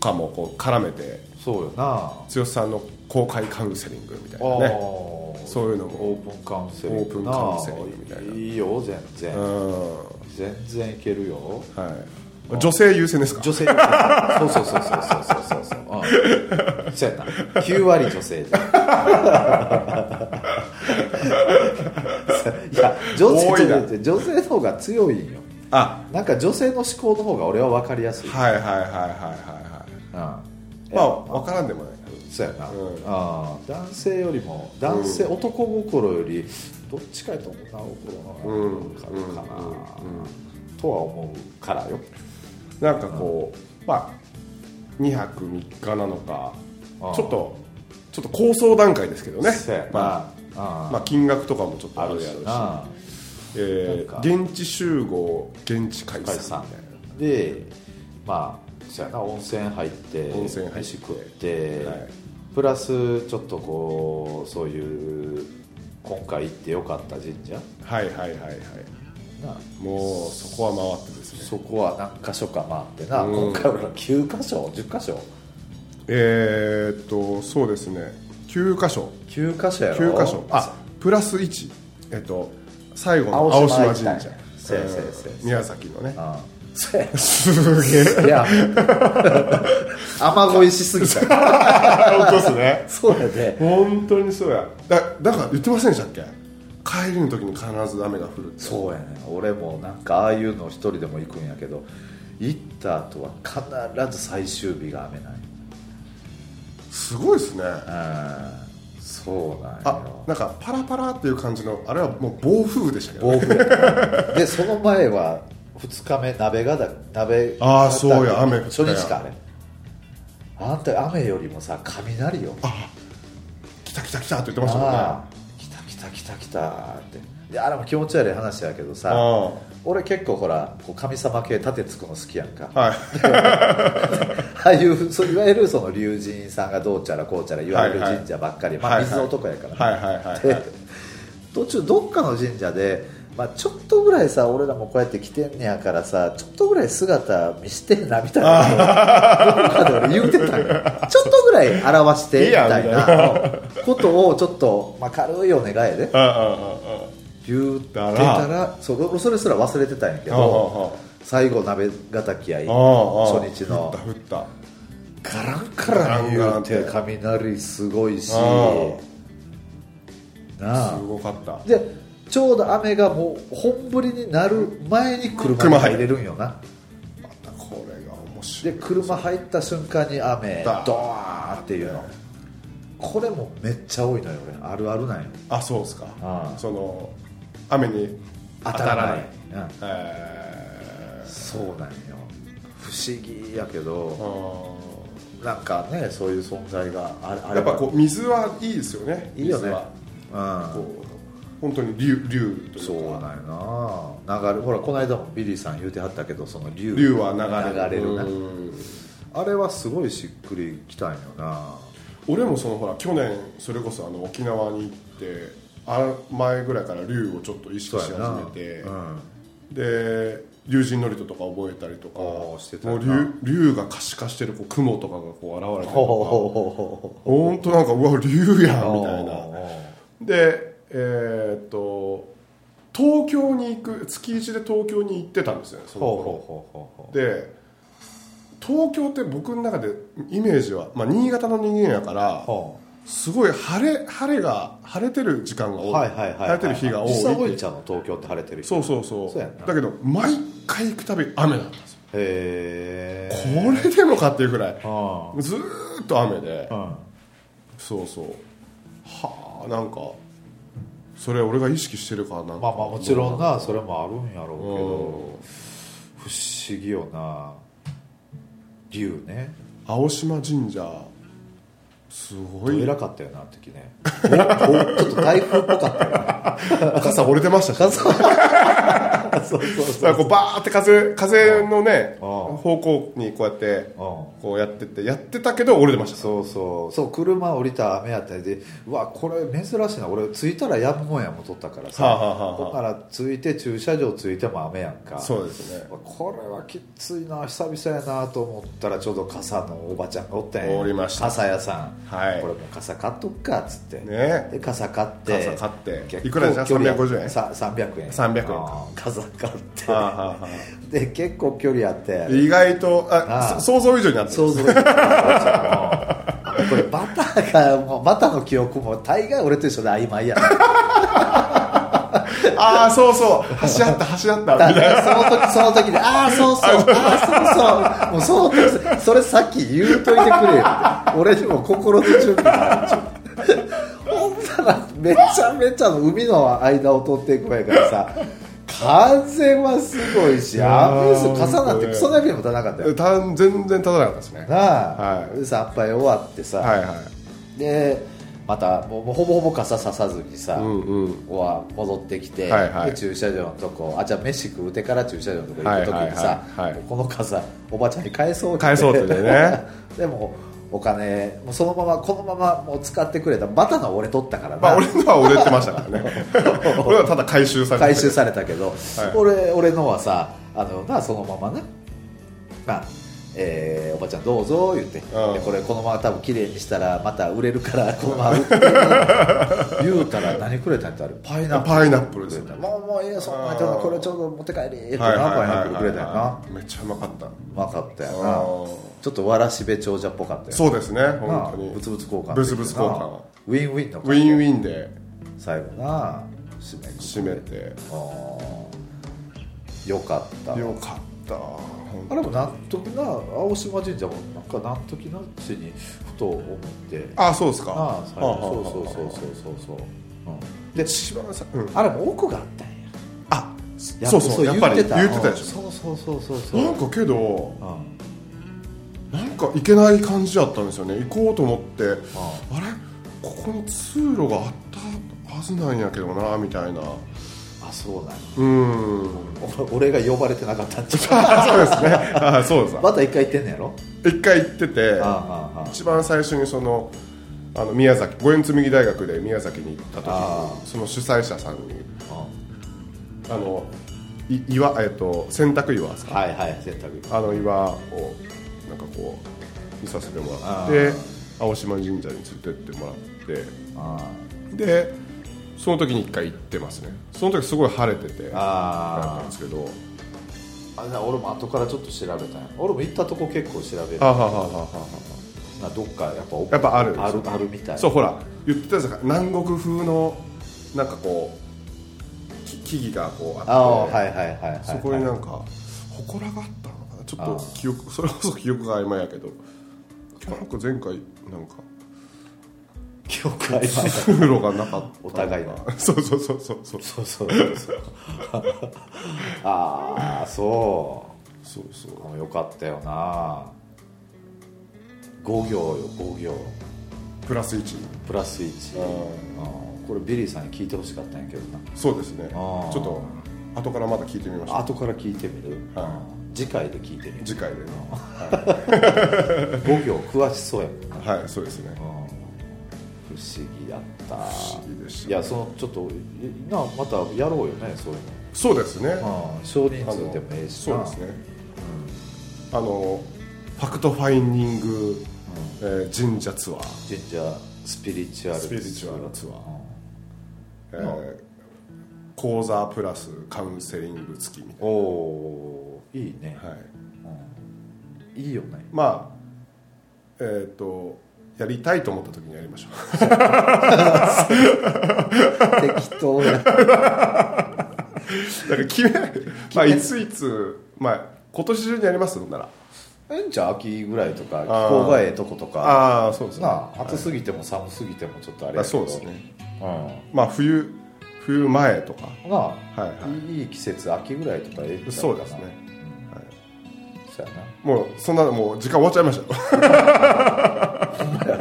[SPEAKER 1] かもこう絡めて
[SPEAKER 2] んそうよな
[SPEAKER 1] 剛さんの公開カウンセリングみたい
[SPEAKER 2] あ
[SPEAKER 1] なね
[SPEAKER 2] あ
[SPEAKER 1] そういうのも
[SPEAKER 2] オープンカウンセリング
[SPEAKER 1] オープンカウンセリングみたいない
[SPEAKER 2] いよ全然、
[SPEAKER 1] うん
[SPEAKER 2] 全然いけるよ
[SPEAKER 1] はい女性優先ですか
[SPEAKER 2] 女性そうそうそうそうそうそうそうそう、うん、そうやな9割女性 でいや女
[SPEAKER 1] 多いな
[SPEAKER 2] 性女性の方が強いんよ
[SPEAKER 1] あ
[SPEAKER 2] なんか女性の思考の方が俺は分かりやすい、
[SPEAKER 1] はいはいはいはいはいはい
[SPEAKER 2] うん、
[SPEAKER 1] まあ分からんでもない
[SPEAKER 2] そうやな、
[SPEAKER 1] うん
[SPEAKER 2] あー男性よりも男性、男心よりどっちかやと女心の方が勝るかな、とは思うからよ
[SPEAKER 1] なんかこう、まあ2泊3日なのか
[SPEAKER 2] ああ
[SPEAKER 1] ちょっとちょっと構想段階ですけどね
[SPEAKER 2] そうやな、
[SPEAKER 1] まあ、
[SPEAKER 2] あ
[SPEAKER 1] まあ金額とかもちょっと
[SPEAKER 2] あ
[SPEAKER 1] あ
[SPEAKER 2] る
[SPEAKER 1] る
[SPEAKER 2] し
[SPEAKER 1] やろうし
[SPEAKER 2] な
[SPEAKER 1] え
[SPEAKER 2] なんか
[SPEAKER 1] ー現地集合現地解
[SPEAKER 2] 解
[SPEAKER 1] 散
[SPEAKER 2] 散でまあそうやな温泉入って
[SPEAKER 1] 温泉入って
[SPEAKER 2] 飯食って、
[SPEAKER 1] はい
[SPEAKER 2] プラスちょっとこうそういう今回行ってよかった神社
[SPEAKER 1] はいはいはいはい
[SPEAKER 2] な
[SPEAKER 1] もうそこは回ってですね
[SPEAKER 2] そこは何箇所か回ってな、
[SPEAKER 1] うん
[SPEAKER 2] 今回俺ら9箇所10箇所
[SPEAKER 1] えーっとそうですね9箇所
[SPEAKER 2] 9箇所やろ
[SPEAKER 1] 九箇所
[SPEAKER 2] あ
[SPEAKER 1] あプラス1えっと最後の青島
[SPEAKER 2] 青島
[SPEAKER 1] 神社
[SPEAKER 2] 行ったそうやそうやそうや
[SPEAKER 1] うん宮崎のね
[SPEAKER 2] あそうや
[SPEAKER 1] す げえ
[SPEAKER 2] いや 雨乞いしすぎた
[SPEAKER 1] 本当ですね
[SPEAKER 2] そうやで
[SPEAKER 1] 本当にそうやだだから言ってませんでしたっけ帰りの時に必ず雨が降るって
[SPEAKER 2] そうやね俺もなんかああいうの一人でも行くんやけど行った後は必ず最終日が雨ない
[SPEAKER 1] すごいですね
[SPEAKER 2] うんそうなん
[SPEAKER 1] あ
[SPEAKER 2] よ
[SPEAKER 1] なんかパラパラっていう感じのあれはもう暴風雨でしたけど、ね、
[SPEAKER 2] 暴風やでその前は2日目鍋がだ鍋
[SPEAKER 1] あーそうや雨降った
[SPEAKER 2] 初
[SPEAKER 1] やん
[SPEAKER 2] 日かあれあんた雨よりもさ雷よ
[SPEAKER 1] 来た来た来たって言ってましたもんね
[SPEAKER 2] ああ来た来た来た来たってであれも気持ち悪い話やけど
[SPEAKER 1] あ
[SPEAKER 2] さ俺結構ほらこう神様系盾つくの好きやんか
[SPEAKER 1] あはい
[SPEAKER 2] ああいうそういわゆるその龍神さんがどうちゃらこうちゃらいわゆる神社ばっかり、
[SPEAKER 1] はいはい
[SPEAKER 2] まあ、水男やから、
[SPEAKER 1] はいはいはい、はい
[SPEAKER 2] で、途中どっかの神社で、まあ、ちょっとぐらいさ俺らもこうやって来てんねやからさちょっとぐらい姿見してえなみたいなどっかで俺言うてたんよちょっとぐらい表してみたい
[SPEAKER 1] いいやん
[SPEAKER 2] なことをちょっと、まあ、軽いお願いで
[SPEAKER 1] ああああ
[SPEAKER 2] 言うてた
[SPEAKER 1] だ
[SPEAKER 2] らそうそれすら忘れてたんやけ
[SPEAKER 1] ああ
[SPEAKER 2] ど
[SPEAKER 1] ああ
[SPEAKER 2] 最後鍋ヶ滝やい
[SPEAKER 1] ああ
[SPEAKER 2] 初日の
[SPEAKER 1] 降った降っ
[SPEAKER 2] ガランガラン言うて
[SPEAKER 1] ガ
[SPEAKER 2] 雷すごいし
[SPEAKER 1] あー
[SPEAKER 2] な
[SPEAKER 1] た
[SPEAKER 2] あ
[SPEAKER 1] すごかった
[SPEAKER 2] でちょうど雨がもう本降りになる前に車に入れるんよな
[SPEAKER 1] またこれが面白
[SPEAKER 2] で
[SPEAKER 1] い
[SPEAKER 2] 車入った瞬間に雨ド
[SPEAKER 1] だ
[SPEAKER 2] ーンっていうのこれもめっちゃ多いのよ俺あるあるなんよ
[SPEAKER 1] あそうですか
[SPEAKER 2] ああ
[SPEAKER 1] その雨に
[SPEAKER 2] 当たらないうん
[SPEAKER 1] 当たらないえー
[SPEAKER 2] そうなんよ不思議やけ
[SPEAKER 1] あ
[SPEAKER 2] ど
[SPEAKER 1] あ
[SPEAKER 2] なんかねそういう存在があれあ
[SPEAKER 1] や
[SPEAKER 2] れ
[SPEAKER 1] っ
[SPEAKER 2] ば
[SPEAKER 1] ぱこう水はいいですよね
[SPEAKER 2] いいよね
[SPEAKER 1] 水は
[SPEAKER 2] うん
[SPEAKER 1] こう本当に竜竜とい
[SPEAKER 2] そう
[SPEAKER 1] うか
[SPEAKER 2] なんよな流れほらこの間もビリーさん言うてはったけどその竜
[SPEAKER 1] 竜は流れる
[SPEAKER 2] 流れるな
[SPEAKER 1] うん
[SPEAKER 2] あれはすごいしっくりきたんよな
[SPEAKER 1] 俺もそのほら去年それこそあの沖縄に行ってあ前ぐらいから竜をちょっと意識し始
[SPEAKER 2] やな
[SPEAKER 1] めて、
[SPEAKER 2] うん
[SPEAKER 1] で竜神のりととか覚えたりとか
[SPEAKER 2] あーしてた
[SPEAKER 1] も
[SPEAKER 2] よ
[SPEAKER 1] う
[SPEAKER 2] な
[SPEAKER 1] 竜竜が可視化してるこう雲とかがこう現れたり
[SPEAKER 2] ほう
[SPEAKER 1] とか
[SPEAKER 2] ほうほ
[SPEAKER 1] 本当なんかうわ竜や
[SPEAKER 2] うん
[SPEAKER 1] みたいなでえーっと東京に行く月1で東京に行ってたんですよねその頃
[SPEAKER 2] ほうほうほうほう
[SPEAKER 1] で東京って僕の中でイメージは、まあ、新潟の人間やから
[SPEAKER 2] ほ
[SPEAKER 1] すごい晴れ晴れが晴れてる時間が多
[SPEAKER 2] う
[SPEAKER 1] い,、
[SPEAKER 2] はいはいはいはい
[SPEAKER 1] 晴れてる日が多い
[SPEAKER 2] 実際多い
[SPEAKER 1] って
[SPEAKER 2] んちゃうの東京って晴れてる日
[SPEAKER 1] そうそうそう
[SPEAKER 2] そうやんな
[SPEAKER 1] だけど毎回行くたび雨だったんですよ
[SPEAKER 2] へえ
[SPEAKER 1] これでもかっていうぐらい
[SPEAKER 2] あ
[SPEAKER 1] ずーっと雨で
[SPEAKER 2] あうん
[SPEAKER 1] そうそうはあなんかそれ俺が意識してるからなんか
[SPEAKER 2] まあまあもち
[SPEAKER 1] ん
[SPEAKER 2] ろんなそれもあるんやろうけ
[SPEAKER 1] う
[SPEAKER 2] ど不思議よな竜ね
[SPEAKER 1] 青島神社すごい
[SPEAKER 2] 偉かったよなあの時ねおおちょっと台風っぽかったよな
[SPEAKER 1] 傘折れてましたしね
[SPEAKER 2] そうそう
[SPEAKER 1] だからこうバーって風風のね
[SPEAKER 2] ああ
[SPEAKER 1] 方向にこうやって
[SPEAKER 2] うん
[SPEAKER 1] こうやってってやってたけど折れてました
[SPEAKER 2] そうそうそう車降りた雨やったりでうわこれ珍しいな俺着いたらやむもんやもとったからさ、
[SPEAKER 1] はあはあはあ
[SPEAKER 2] ここから着いて駐車場着いても雨やんか
[SPEAKER 1] そうですね
[SPEAKER 2] うわこれはきついな久々やなと思ったらちょうど傘のおばちゃんがおったんや
[SPEAKER 1] おりました
[SPEAKER 2] 傘屋さん、
[SPEAKER 1] はい
[SPEAKER 2] これもう傘買っとくかっつって、
[SPEAKER 1] ね
[SPEAKER 2] で傘買って
[SPEAKER 1] 傘買って
[SPEAKER 2] 結構
[SPEAKER 1] いくらでした
[SPEAKER 2] 距離
[SPEAKER 1] 350円
[SPEAKER 2] さ300円
[SPEAKER 1] 300円か
[SPEAKER 2] あー傘買って
[SPEAKER 1] はあはあは
[SPEAKER 2] で結構距離あって
[SPEAKER 1] 意外とあ
[SPEAKER 2] ああ
[SPEAKER 1] そ想像以上になってる
[SPEAKER 2] 想像できなかった これバターがもうバターの記憶も大概俺と一緒で曖昧やな
[SPEAKER 1] ああそうそう橋あ った橋あったみたいな
[SPEAKER 2] だその時その時でああそうそうああそうそうもうその時それさっき言うといてくれよ俺にも心の準備があるほんならめちゃめちゃの海の間を通っていくわけからさ風はすごいし雨です傘なんてクソだけにも立たなかったよ
[SPEAKER 1] た全然立たなかったですね
[SPEAKER 2] なあ、
[SPEAKER 1] はい
[SPEAKER 2] でさっぱい終わってさ、
[SPEAKER 1] はいはい
[SPEAKER 2] でまたもうもうほぼほぼ傘ささずにさ、
[SPEAKER 1] うんうん
[SPEAKER 2] ここは戻ってきて、
[SPEAKER 1] はいはい
[SPEAKER 2] で駐車場のとこあじゃあ飯食うてから駐車場のとこ行く時にさ、
[SPEAKER 1] はいはいはいはい
[SPEAKER 2] もうこの傘おばちゃんに返そうって
[SPEAKER 1] 返そうってね
[SPEAKER 2] でもお金もうそのままこのままもう使ってくれたバタの俺取ったからな、
[SPEAKER 1] まあ俺のは俺ってましたからね俺はただ回収されて
[SPEAKER 2] 回収されたけど、
[SPEAKER 1] い
[SPEAKER 2] 俺俺のはさあのなそのままね、まあえーおばちゃんどうぞ言って、
[SPEAKER 1] ん
[SPEAKER 2] でこれこのまま多分綺麗にしたらまた売れるからこのまま売って 言うたら何くれたんやったらあれパイナップル
[SPEAKER 1] パイナップルですね
[SPEAKER 2] もうもうええよそんなんやったらこれちょうど持って帰りって
[SPEAKER 1] ははい
[SPEAKER 2] ないんか
[SPEAKER 1] はい
[SPEAKER 2] パイナ
[SPEAKER 1] は
[SPEAKER 2] ップルくれたよな
[SPEAKER 1] めっちゃうまかった
[SPEAKER 2] うまかったよ
[SPEAKER 1] あ
[SPEAKER 2] な
[SPEAKER 1] ー
[SPEAKER 2] ちょっとわらしべ長者っぽかったよ
[SPEAKER 1] そうですね
[SPEAKER 2] な
[SPEAKER 1] 本当に
[SPEAKER 2] ブツブツ交換
[SPEAKER 1] ブツブツ交換
[SPEAKER 2] ウィンウィンの
[SPEAKER 1] ウィンウィンで
[SPEAKER 2] 最後な締めくく
[SPEAKER 1] 締めて
[SPEAKER 2] あーよかった
[SPEAKER 1] よかった本
[SPEAKER 2] あれもなんときな青島神社もなんかなんときなっちにふと思って
[SPEAKER 1] 当あそうですか
[SPEAKER 2] ああ最
[SPEAKER 1] ははは
[SPEAKER 2] 後
[SPEAKER 1] は
[SPEAKER 2] そうそうそうそうそうそう、うん、
[SPEAKER 1] で一番さ、うん、
[SPEAKER 2] あれも奥があったんや
[SPEAKER 1] あ
[SPEAKER 2] や
[SPEAKER 1] そうそうやっぱり言ってたでし
[SPEAKER 2] うんそうそうそうそうそ
[SPEAKER 1] ょ
[SPEAKER 2] う
[SPEAKER 1] なんかけど
[SPEAKER 2] うんうん
[SPEAKER 1] なんか行けない感じだったんですよね行こうと思ってあれここに通路があったはずなんやけどなみたいな
[SPEAKER 2] あそうなの
[SPEAKER 1] うん
[SPEAKER 2] お 俺が呼ばれてなかったんち ゃ
[SPEAKER 1] そうですね あそうです
[SPEAKER 2] うまた一回行ってんのやろ
[SPEAKER 1] 一回行ってて
[SPEAKER 2] ああああ
[SPEAKER 1] 一番最初にそのあの宮崎五円紬大学で宮崎に行った時
[SPEAKER 2] あ
[SPEAKER 1] にその主催者さんに
[SPEAKER 2] あ
[SPEAKER 1] あのい岩、えっと洗濯岩ですか
[SPEAKER 2] あはいはい洗濯機
[SPEAKER 1] あの岩をなんかこう見させてもらって
[SPEAKER 2] あー
[SPEAKER 1] 青島神社に連れてってもらって
[SPEAKER 2] あ
[SPEAKER 1] でその時に一回行ってますねその時すごい晴れててだった
[SPEAKER 2] あ
[SPEAKER 1] んですけど
[SPEAKER 2] あれだ俺も後からちょっと調べたんや俺も行ったとこ結構調べる
[SPEAKER 1] あははははは
[SPEAKER 2] などっかやっぱ
[SPEAKER 1] やっぱある
[SPEAKER 2] あるあるみたい
[SPEAKER 1] そうほら言ってたじゃん南国風のなんかこうき木々がこう
[SPEAKER 2] ああ
[SPEAKER 1] あって
[SPEAKER 2] はいはいはいはい
[SPEAKER 1] そこになんか祠があったのかなちょっと記憶それこそ記憶が曖昧やけどなんか前回なんか
[SPEAKER 2] 記憶 が曖昧
[SPEAKER 1] 通路がなかった
[SPEAKER 2] お互いの
[SPEAKER 1] そうそうそうそうそう
[SPEAKER 2] そうそうそうそう ああそ
[SPEAKER 1] そうそう
[SPEAKER 2] うもうよかったよな5行よ5行
[SPEAKER 1] プラス1
[SPEAKER 2] プラス1これビリーさんに聞いてほしかったんやけどな
[SPEAKER 1] そうですねち
[SPEAKER 2] あ
[SPEAKER 1] ょ
[SPEAKER 2] ー
[SPEAKER 1] っと後からまだ聞いてみました
[SPEAKER 2] 後から聞いてみる、
[SPEAKER 1] は
[SPEAKER 2] 次回で聞いてみる
[SPEAKER 1] 次回で
[SPEAKER 2] 5行詳しそうやもんな
[SPEAKER 1] はいそうですね
[SPEAKER 2] 不思議やった
[SPEAKER 1] 不思議でした
[SPEAKER 2] いやそのちょっといなまたやろうよねそういう
[SPEAKER 1] そうですね
[SPEAKER 2] の、うん、少人
[SPEAKER 1] あの
[SPEAKER 2] 数でもええし
[SPEAKER 1] そう
[SPEAKER 2] な
[SPEAKER 1] ですね、あのファクトファインディング、えー神社ツアー、
[SPEAKER 2] 神社スピリチュアル
[SPEAKER 1] スピリチュアルツアーえ
[SPEAKER 2] う
[SPEAKER 1] ー講座プラスカウンセリング付きみたい
[SPEAKER 2] おおーいいね、
[SPEAKER 1] な、はい、
[SPEAKER 2] い、いよね
[SPEAKER 1] まあえっ、とやりたいと思った時にやりましょう
[SPEAKER 2] 適当や
[SPEAKER 1] だから決め、まあ、いついつ、まあ、今年中にやりますんなら
[SPEAKER 2] ええんちゃう秋ぐらいとか気
[SPEAKER 1] あー
[SPEAKER 2] 候がええとことか
[SPEAKER 1] ああそうですね
[SPEAKER 2] なあ暑すぎても寒すぎてもちょっとあれや
[SPEAKER 1] あ
[SPEAKER 2] けど
[SPEAKER 1] そうですね
[SPEAKER 2] う
[SPEAKER 1] まあ冬冬前とか
[SPEAKER 2] んなあ、、
[SPEAKER 1] はいはい
[SPEAKER 2] い季節秋ぐらいとかええんちゃかな
[SPEAKER 1] そうですね、はい、
[SPEAKER 2] そうやな
[SPEAKER 1] もうそんなもう時間終わっちゃいました よ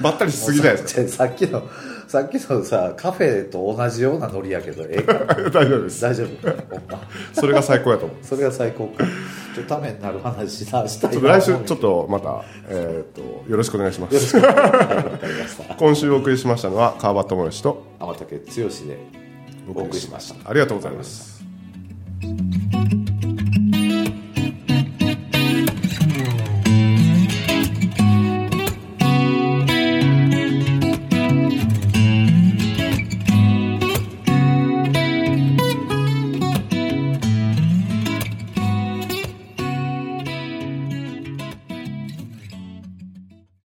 [SPEAKER 1] ばったりしすぎないですか
[SPEAKER 2] じゃあさっきのさっきのさカフェと同じようなノリやけどええか
[SPEAKER 1] 大丈夫です
[SPEAKER 2] 大丈夫ほんま
[SPEAKER 1] それが最高やと思う
[SPEAKER 2] それが最高かちょっとためになる話なし
[SPEAKER 1] ち
[SPEAKER 2] た
[SPEAKER 1] ょっ
[SPEAKER 2] い
[SPEAKER 1] と来週ちょ
[SPEAKER 2] っ
[SPEAKER 1] っとまた、えー、とよろしくお願いしま
[SPEAKER 2] よろ
[SPEAKER 1] す
[SPEAKER 2] しくわかりました
[SPEAKER 1] 今週お送りしましたのは川端智之と
[SPEAKER 2] 天竹剛でお送りしました
[SPEAKER 1] ありがとうございます